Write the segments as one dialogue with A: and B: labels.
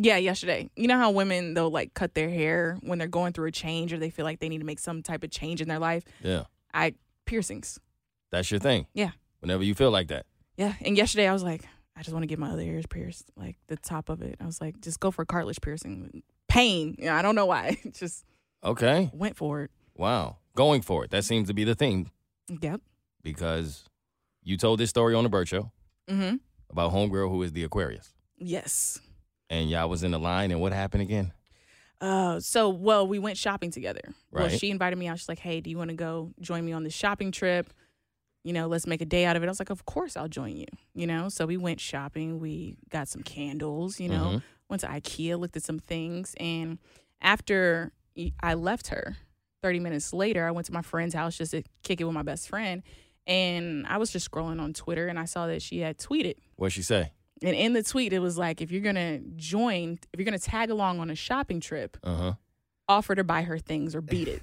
A: Yeah, yesterday. You know how women they'll like cut their hair when they're going through a change or they feel like they need to make some type of change in their life.
B: Yeah.
A: I piercings.
B: That's your thing.
A: Yeah.
B: Whenever you feel like that.
A: Yeah. And yesterday I was like, I just want to get my other ears pierced, like the top of it. I was like, just go for cartilage piercing. Pain. Yeah, I don't know why. just
B: Okay.
A: went for it.
B: Wow. Going for it. That seems to be the theme
A: Yep.
B: because you told this story on the Bird Show
A: Mm-hmm.
B: about homegirl who is the Aquarius.
A: Yes.
B: And y'all was in the line and what happened again?
A: Uh, so well, we went shopping together. Well,
B: Right.
A: she invited me out. She's like, "Hey, do you want to go join me on this shopping trip? You know, let's make a day out of it." I was like, "Of course, I'll join you." You know, so we went shopping. We got some candles. You know, went to IKEA, looked at some things, and after y- I left her, thirty minutes later, I went to my friend's house just to kick it with my best friend, and I was just scrolling on Twitter, and I saw that she had tweeted.
B: What'd she say?
A: And in the tweet, it was like, if you're gonna join, if you're gonna tag along on a shopping trip,
B: Uh huh.
A: offer to buy her things or beat it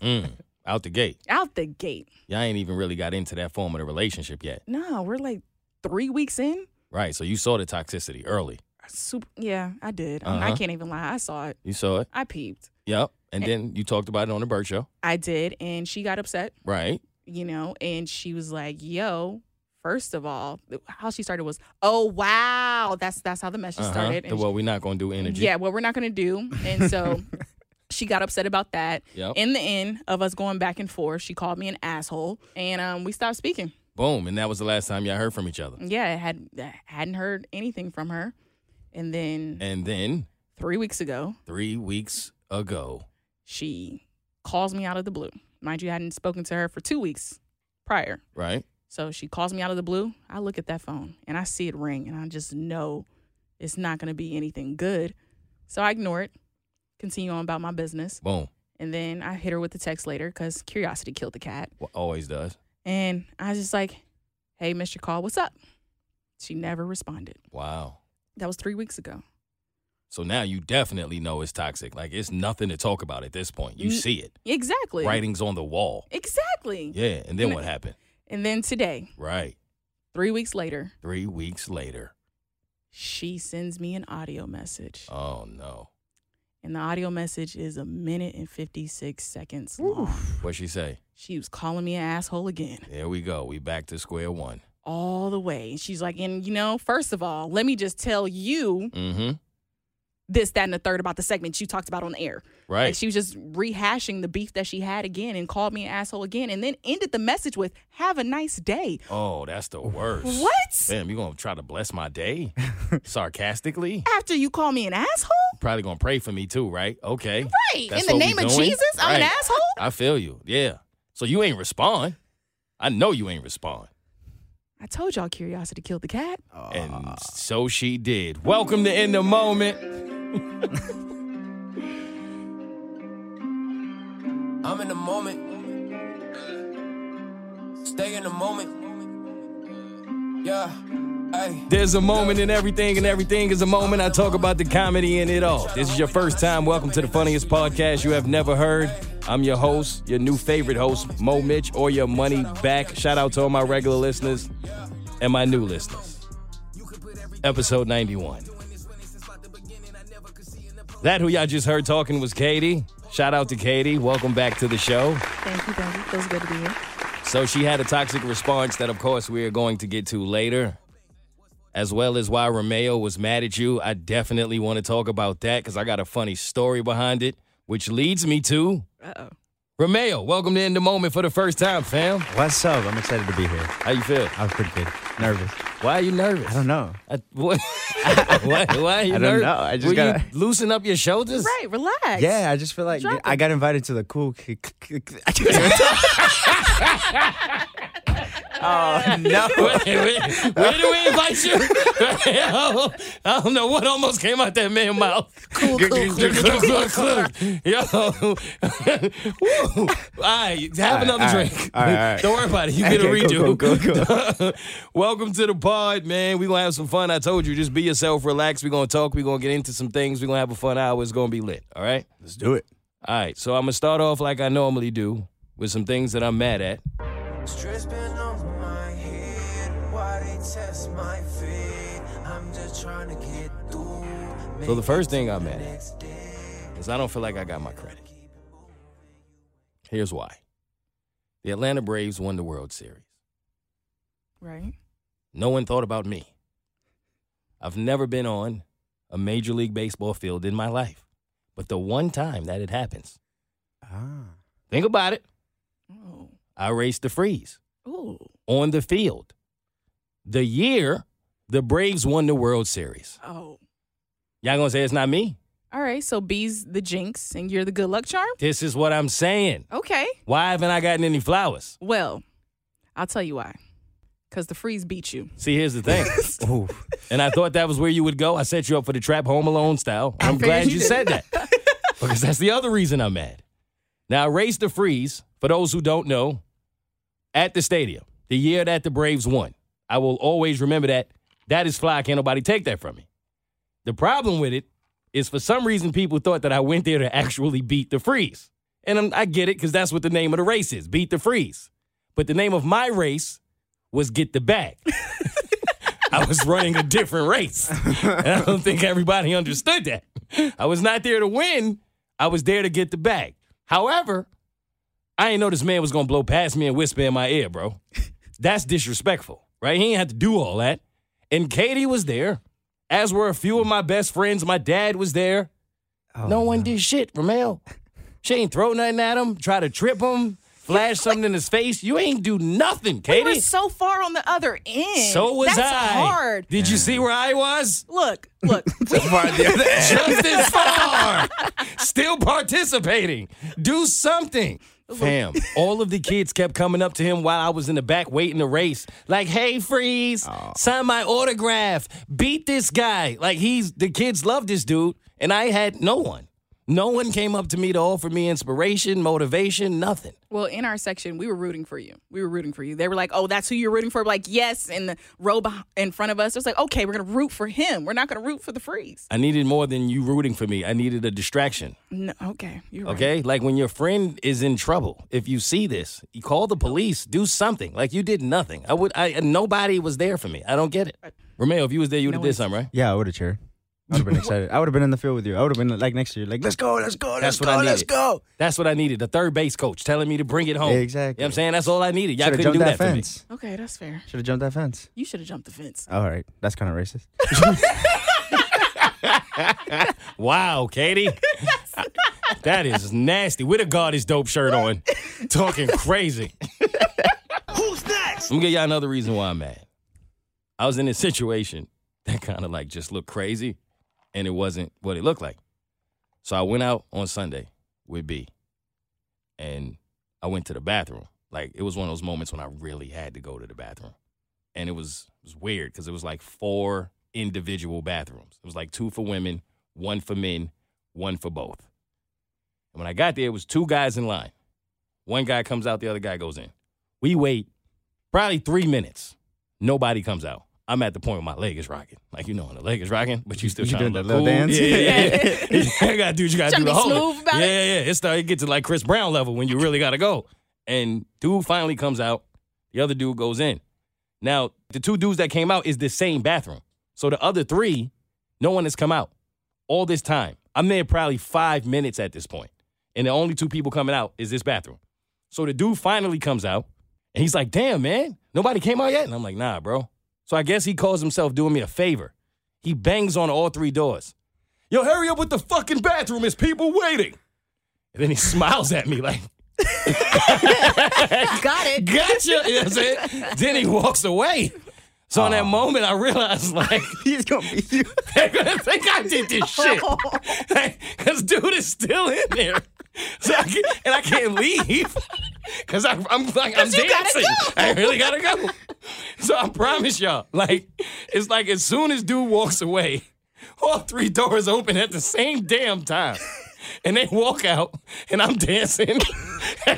B: Mm. Out the gate.
A: out the gate.
B: Y'all ain't even really got into that form of the relationship yet.
A: No, we're like three weeks in.
B: Right. So you saw the toxicity early.
A: Super, yeah, I did. I mean, I
B: Uh-huh.
A: can't even lie. I saw it.
B: You saw it.
A: I peeped.
B: Yep. And
A: Eh.
B: then you talked about it on the Bird Show.
A: I did, and she got upset.
B: Right.
A: You know, and she was like, "Yo." First of all, how she started was, "Oh wow, that's that's how the message
B: Uh-huh.
A: started."
B: The,
A: And
B: well, we're not going to do energy.
A: Yeah, what we're not gonna do. And so she got upset about that.
B: Yep.
A: In the end of us going back and forth, she called me an asshole, and um, we stopped speaking.
B: Boom. And that was the last time y'all heard from each other.
A: Yeah, I had I hadn't heard anything from her, and then
B: And then
A: three weeks ago,
B: three weeks ago,
A: she calls me out of the blue. Mind you, I hadn't spoken to her for two weeks prior,
B: right?
A: so she calls me out of the blue. I look at that phone and I see it ring, and I just know it's not going to be anything good. So I ignore it, continue on about my business.
B: Boom.
A: And then I hit her with the text later because curiosity killed the cat.
B: Well, always does.
A: And I was just like, hey, Mr. Call, what's up? She never responded.
B: Wow.
A: That was three weeks ago.
B: So now you definitely know it's toxic. Like it's nothing to talk about at this point. You
A: Mm,
B: see it.
A: Exactly.
B: Writing's on the wall.
A: Exactly.
B: Yeah. And then
A: And-
B: what happened?
A: And then today,
B: Right.
A: three weeks later,
B: Three weeks later.
A: she sends me an audio message.
B: Oh no.
A: And the audio message is a minute and 56 seconds long.
B: What'd she say?
A: She was calling me an asshole again,
B: There we go. We back to square one.
A: all the way. And She's like, and you know, first of all, let me just tell you
B: Mm-hmm.
A: this, that, and the third about the segment you talked about on air.
B: Right.
A: Like she was just rehashing the beef that she had again and called me an asshole again and then ended the message with, have a nice day.
B: oh, that's the worst.
A: What?
B: Damn, you gonna try to bless my day? Sarcastically?
A: After you call me an asshole?
B: Probably gonna pray for me too, right? Okay.
A: Hey,
B: That's
A: in the
B: what we
A: name of
B: doing?
A: Jesus, I'm an
B: Right.
A: asshole?
B: I feel you. Yeah. So you ain't respond. I know you ain't respond.
A: I told y'all curiosity killed the cat.
B: Oh. And so she did. Welcome to In the Moment.
C: I'm in the moment. Stay in the moment. Yeah. Hey.
B: There's a moment in everything, and everything is a moment. I talk about the comedy in it all. This is your first time. Welcome to the funniest podcast you have never heard. I'm your host, your new favorite host, Mo Mitch, or your money back. Shout out to all my regular listeners and my new listeners. Episode 91. That who y'all just heard talking was Katie. Shout out to Katie. Welcome back to the show.
A: Thank you, baby. Feels good to be here.
B: So she had a toxic response that, of course, we are going to get to later. as well as why Romeo was mad at you. I definitely want to talk about that because I got a funny story behind it, which leads me to
A: Uh-oh.
B: Romeo. Welcome to In the Moment for the first time, fam.
D: What's up? I'm excited to be here.
B: How you feel?
D: I was pretty good. Nervous.
B: Why are you nervous?
D: I don't know.
B: I- what? why, why are you
D: I don't
B: nervous?
D: know. I just
B: Will
D: gotta-
B: you loosen up your shoulders?
A: Right, relax.
D: Yeah, I just feel like
A: Drop
D: I got invited to the cool. k- k- k- oh Oh, no!
B: wait, wait, where did we invite you? I don't know what almost came out that man's mouth. Cool, cool, cool, cool, cool. Yo, Woo. all right, have another
D: all right,
B: drink.
D: all right, all right.
B: Don't worry about it. You get a
D: Okay,
B: redo.
D: cool, cool, cool,
B: Welcome to the pod, man. We're going to have some fun. I told you, just be yourself, relax. We're going to talk. We're going to get into some things. We're going to have a fun hour. It's going to be lit, all right?
D: Let's do it.
B: All right, so I'm going to start off like I normally do with some things that I'm mad at.
C: Stress been on my head. Why they test my feet? I'm just trying to get through.
B: So the first thing I'm mad at is I don't feel like I got my credit. Here's why. The Atlanta Braves won the World Series.
A: Right.
B: No one thought about me. I've never been on a Major League Baseball field in my life. But the one time that it happens,
D: Ah.
B: think about it.
A: Oh.
B: I raced the freeze
A: Ooh.
B: on the field. The year the Braves won the World Series.
A: Oh.
B: Y'all gonna say it's not me?
A: All right. So B's the jinx and you're the good luck charm?
B: This is what I'm saying.
A: Okay.
B: Why haven't I gotten any flowers?
A: Well, I'll tell you why. Because the freeze beat you.
B: See, here's the thing.
D: Ooh.
B: and I thought that was where you would go. I set you up for the trap home alone style. I'm glad you said that. because that's the other reason I'm mad. Now, I raised the freeze, for those who don't know, at the stadium, the year that the Braves won. I will always remember that. That is fly. Can't nobody take that from me. The problem with it is for some reason people thought that I went there to actually beat the freeze. And I'm, I get it because that's what the name of the race is beat the freeze. But the name of my race was get the bag. I was running a different race. And I don't think everybody understood that. I was not there to win. I was there to get the bag. However, I ain't know this man was gonna blow past me and whisper in my ear, bro. That's disrespectful, right? He ain't have to do all that. And Katie was there, as were a few of my best friends. My dad was there.
A: Oh,
B: no one did shit, Ramel. She ain't throw nothing at him, try to trip him, flash something in his face. You ain't do nothing, Katie.
A: We were so far on the other end.
B: So was
A: That's
B: I.
A: hard.
B: Did you see where I was?
A: Look, look.
D: So far, the other end.
B: Just as far. Still participating. Do something. Fam, all of the kids kept coming up to him while I was in the back waiting to race. Like, hey, Freeze, sign my autograph. Beat this guy. Like, he's the kids love this dude. And I had no one. No one came up to me to offer me inspiration, motivation, nothing.
A: well, in our section, we were rooting for you. We were rooting for you. They were like, oh, that's who you're rooting for. We're like, yes. And the row beh- in front of us, it was like, okay, we're going to root for him. We're not going to root for the freeze.
B: I needed more than you rooting for me. I needed a distraction.
A: No, okay. You're right.
B: Okay? Like when your friend is in trouble, if you see this, you call the police, do something. Like you did nothing. I would I and nobody was there for me. I don't get it. Romeo, if you was there, you would have did something, right?
D: Yeah, I would have cheered. I would have been excited. I would have been in the field with you. I would have been like next to you, like let's go, let's go, let's
B: That's what
D: go,
B: I
D: let's
B: needed.
D: go.
B: That's what I needed. The third base coach telling me to bring it home. You know
D: Exactly.
B: what I'm saying? That's all I needed. Y'all
D: Should
B: couldn't
D: have jumped
B: do that,
D: that,
B: for me.
D: fence.
A: Okay, that's fair.
D: Should have jumped that fence.
A: You should have jumped the fence.
D: All right, that's kind of racist.
B: Wow, Katie. that is nasty. With a God is dope shirt on. Talking crazy. Who's next? Let me get y'all another reason why I'm mad. I was in a situation that kind of like just looked crazy and it wasn't what it looked like. So I went out on Sunday with B and I went to the bathroom. Like it was one of those moments when I really had to go to the bathroom. And it was it was weird because it was like four individual bathrooms. It was like two for women, one for men, one for both. And when I got there, it was two guys in line. One guy comes out, the other guy goes in. We wait probably three minutes. Nobody comes out. I'm at the point where my leg is rocking. Like, you know, when the leg is rocking, but you still
D: You
B: trying
D: doing
B: to look
D: that little
B: cool.
D: dance?
B: Yeah, yeah, yeah. you gotta do what you gotta
A: Trying
B: do
A: to
B: to hold
A: be smooth
B: it.
A: about
B: yeah,
A: it?
B: yeah, yeah. It started to get to like Chris Brown level when you really gotta go. And dude finally comes out. The other dude goes in. Now, the two dudes that came out is the same bathroom. So the other three, no one has come out all this time. I'm there probably five minutes at this point, And the only two people coming out is this bathroom. So the dude finally comes out and he's like, damn, man, nobody came out yet. And I'm like, nah, bro, So I guess he calls himself doing me a favor. He bangs on all three doors. Yo, hurry up with the fucking bathroom. It's people waiting. And then he smiles at me like,
E: Got it.
B: gotcha. You know what I'm saying? then he walks away. So in that moment, I realized like
D: He's gonna beat you.
B: they're gonna think I did this shit. Cause dude is still in there. So I can, and I can't leave. Cause I, I'm like I'm dancing. I really gotta go. So I promise y'all, like it's like as soon as dude walks away, all three doors open at the same damn time. And they walk out, and I'm dancing.
A: All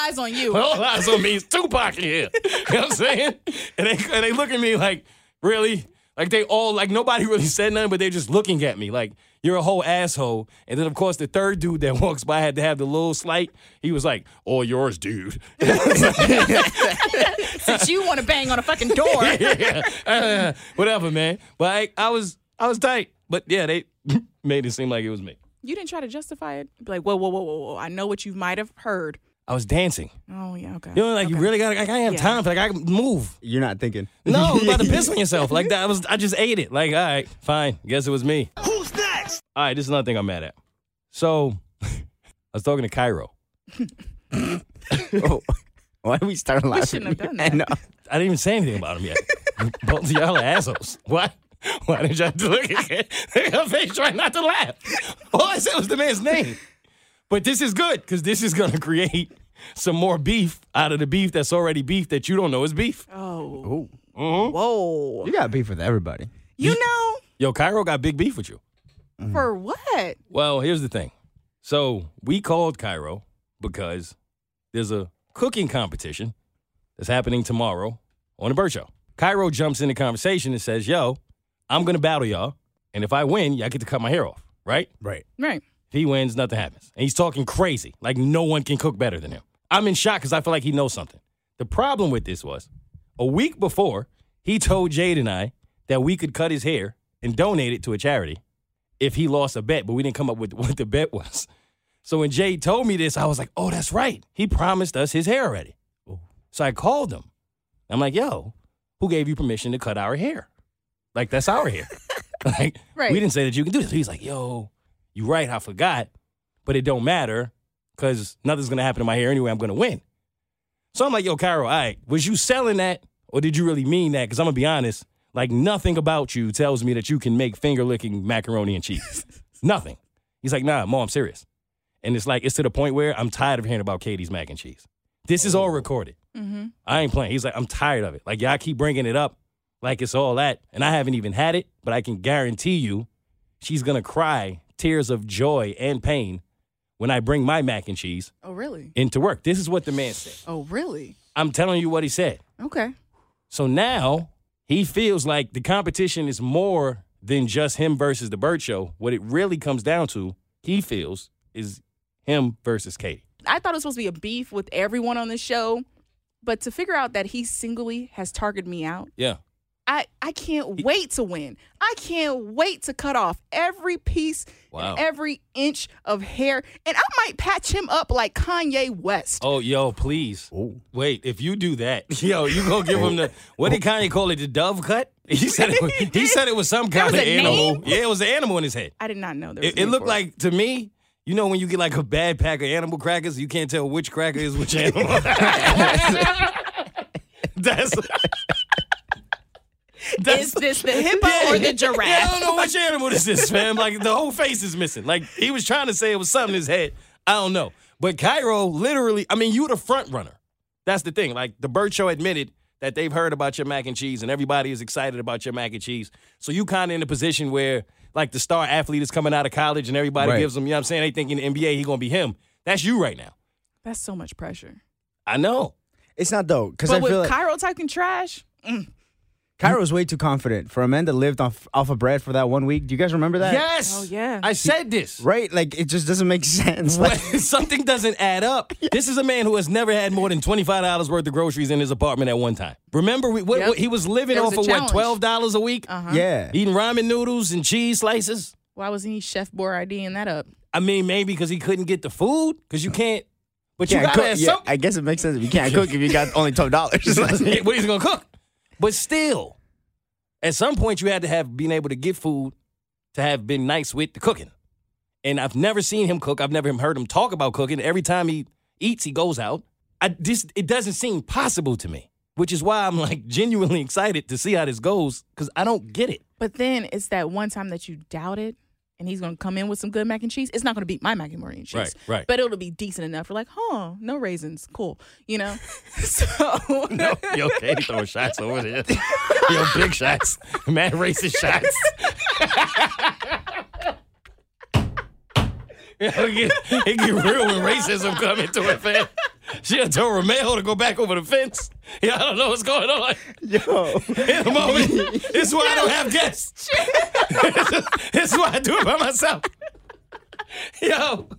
A: eyes on you.
B: All eyes on me. It's Tupac in here. You know what I'm saying? And they, and they look at me like, really? Like they all, like nobody really said nothing, but they're just looking at me like, you're a whole asshole. And then, of course, the third dude that walks by had to have the little slight. He was like, all yours, dude.
A: Since you want to bang on a fucking door.
B: yeah. Uh, whatever, man. But I, I was, I was tight. But yeah, they made it seem like it was me.
A: You didn't try to justify it. Be like, whoa, whoa, whoa, whoa, whoa. I know what you might have heard.
B: I was dancing.
A: Oh, yeah, okay.
B: You know, like you really gotta, like, I didn't have
A: Yeah.
B: time for, like, I can move.
D: You're not thinking.
B: No, you about to piss on yourself. Like that I was I just ate it. Like, all right, fine. Guess it was me. Who's next? All right, this is another thing I'm mad at. So I was talking to Cairo.
D: Oh, why are we starting laughing?
A: shouldn't have done
D: I
A: that.
D: know.
B: I didn't even say anything about him yet. Both of y'all are assholes. Why? Why did y'all look at it? her face trying not to laugh? All I said was the man's name. But this is good, because this is gonna create some more beef out of the beef that's already beef that you don't know is beef. Mm-hmm.
A: Oh,
D: You got beef with everybody.
A: you know,
B: Yo, Cairo got big beef with you. Mm.
A: for what?
B: Well, here's the thing. So we called Cairo because there's a cooking competition that's happening tomorrow on the Bird Show. Cairo jumps in the conversation and says, Yo, I'm going to battle y'all. And if I win, y'all get to cut my hair off, right?
D: Right.
A: Right.
B: If he wins, nothing happens. And he's talking crazy, like no one can cook better than him. I'm in shock because I feel like he knows something. The problem with this was a week before, he told Jade and I that we could cut his hair and donate it to a charity if he lost a bet, but we didn't come up with what the bet was. So when Jade told me this, I was like, oh, that's right. He promised us his hair already. So I called him. I'm like, yo, who gave you permission to cut our hair? Like, that's our hair. like,
A: Right.
B: we didn't say that you can do this. He's like, yo, you right, I forgot, but it don't matter because nothing's gonna happen to my hair anyway. I'm gonna win. So I'm like, yo, Cairo, all right, was you selling that or did you really mean that? Because I'm gonna be honest, like nothing about you tells me that you can make finger licking macaroni and cheese. nothing. He's like, nah, mom, I'm serious. And it's like, it's to the point where I'm tired of hearing about Katie's mac and cheese. This is all recorded. I ain't playing. He's like, I'm tired of it. Like, y'all keep bringing it up like it's all that. And I haven't even had it, but I can guarantee you she's going to cry tears of joy and pain when I bring my mac and cheese
A: Oh, really?
B: into work. This is what the man said.
A: Oh, really?
B: I'm telling you what he said.
A: Okay.
B: So now he feels like the competition is more than just him versus the bird show. What it really comes down to, he feels, is him versus Katie.
A: I thought it was supposed to be a beef with everyone on the show, but to figure out that he singly has targeted me out,
B: Yeah.
A: I, I can't wait to win. I can't wait to cut off every piece
B: Wow.
A: and every inch of hair. And I might patch him up like Kanye West.
B: Oh, yo, please.
D: Oh.
B: Wait, if you do that, yo, you gonna give him the what did Kanye call it? The dove cut? He said it was, he said it was some kind
A: was
B: of
A: a
B: animal.
A: name?
B: Yeah, it was an animal in his head.
A: I did not know there was
B: It,
A: a
B: it
A: name
B: looked
A: for
B: like to me, you know, when you get like a bad pack of animal crackers, you can't tell which cracker is which animal. that's
A: Is this the hippo or the giraffe?
B: Yeah, I don't know which animal this is, fam. Like the whole face is missing. Like he was trying to say it was something in his head. I don't know. But Cairo literally, I mean, you the front runner. That's the thing. Like the Bird Show admitted that they've heard about your mac and cheese, and everybody is excited about your mac and cheese. So you kind of in a position where like the star athlete is coming out of college, and everybody
D: Right.
B: gives him. You know what I'm saying? They thinking the NBA, he gonna be him. That's you right now.
A: That's so much pressure.
B: I know.
D: It's not though, because I
A: But with
D: feel like
A: Cairo talking trash, mm,
D: Cairo's way too confident for a man that lived off off of bread for that one week. Do you guys remember that?
B: Yes.
A: Oh, yeah.
B: I said this.
D: Right? Like it just doesn't make sense. Like,
B: Something doesn't add up. This is a man who has never had more than twenty five dollars worth of groceries in his apartment at one time. Remember, we, what,
A: Yep.
B: what- he was living
A: It
B: off
A: was a
B: of what
A: challenge. Uh-huh.
B: twelve dollars a week,
D: yeah.
B: eating ramen noodles and cheese slices.
A: why wasn't he Chef Boyardee that up?
B: I mean, maybe because he couldn't get the food because you can't. But you
D: Can't
B: gotta
D: cook.
B: have
D: Yeah,
B: something.
D: I guess it makes sense. if You can't cook if you got only twelve dollars.
B: what he's gonna cook? But still, at some point you had to have been able to get food to have been nice with the cooking. And I've never seen him cook. I've never heard him talk about cooking. Every time he eats, he goes out. I just it doesn't seem possible to me, which is why I'm like genuinely excited to see how this goes because I don't get it.
A: But then it's that one time that you doubted, and he's gonna come in with some good mac and cheese. It's not gonna beat my mac and macaroni and cheese,
B: Right, right.
A: But it'll be decent enough. We're like, huh, no raisins, cool, you know. so
B: No, you okay throwing shots over there? Yo, big shots, mad racist shots. it, get, it get real when racism come into it, fam. She'll tell Romeo to go back over the fence. Yeah, I don't know what's going on.
D: Yo.
B: In the moment, this is why I don't have guests. this is why I do it by myself. Yo.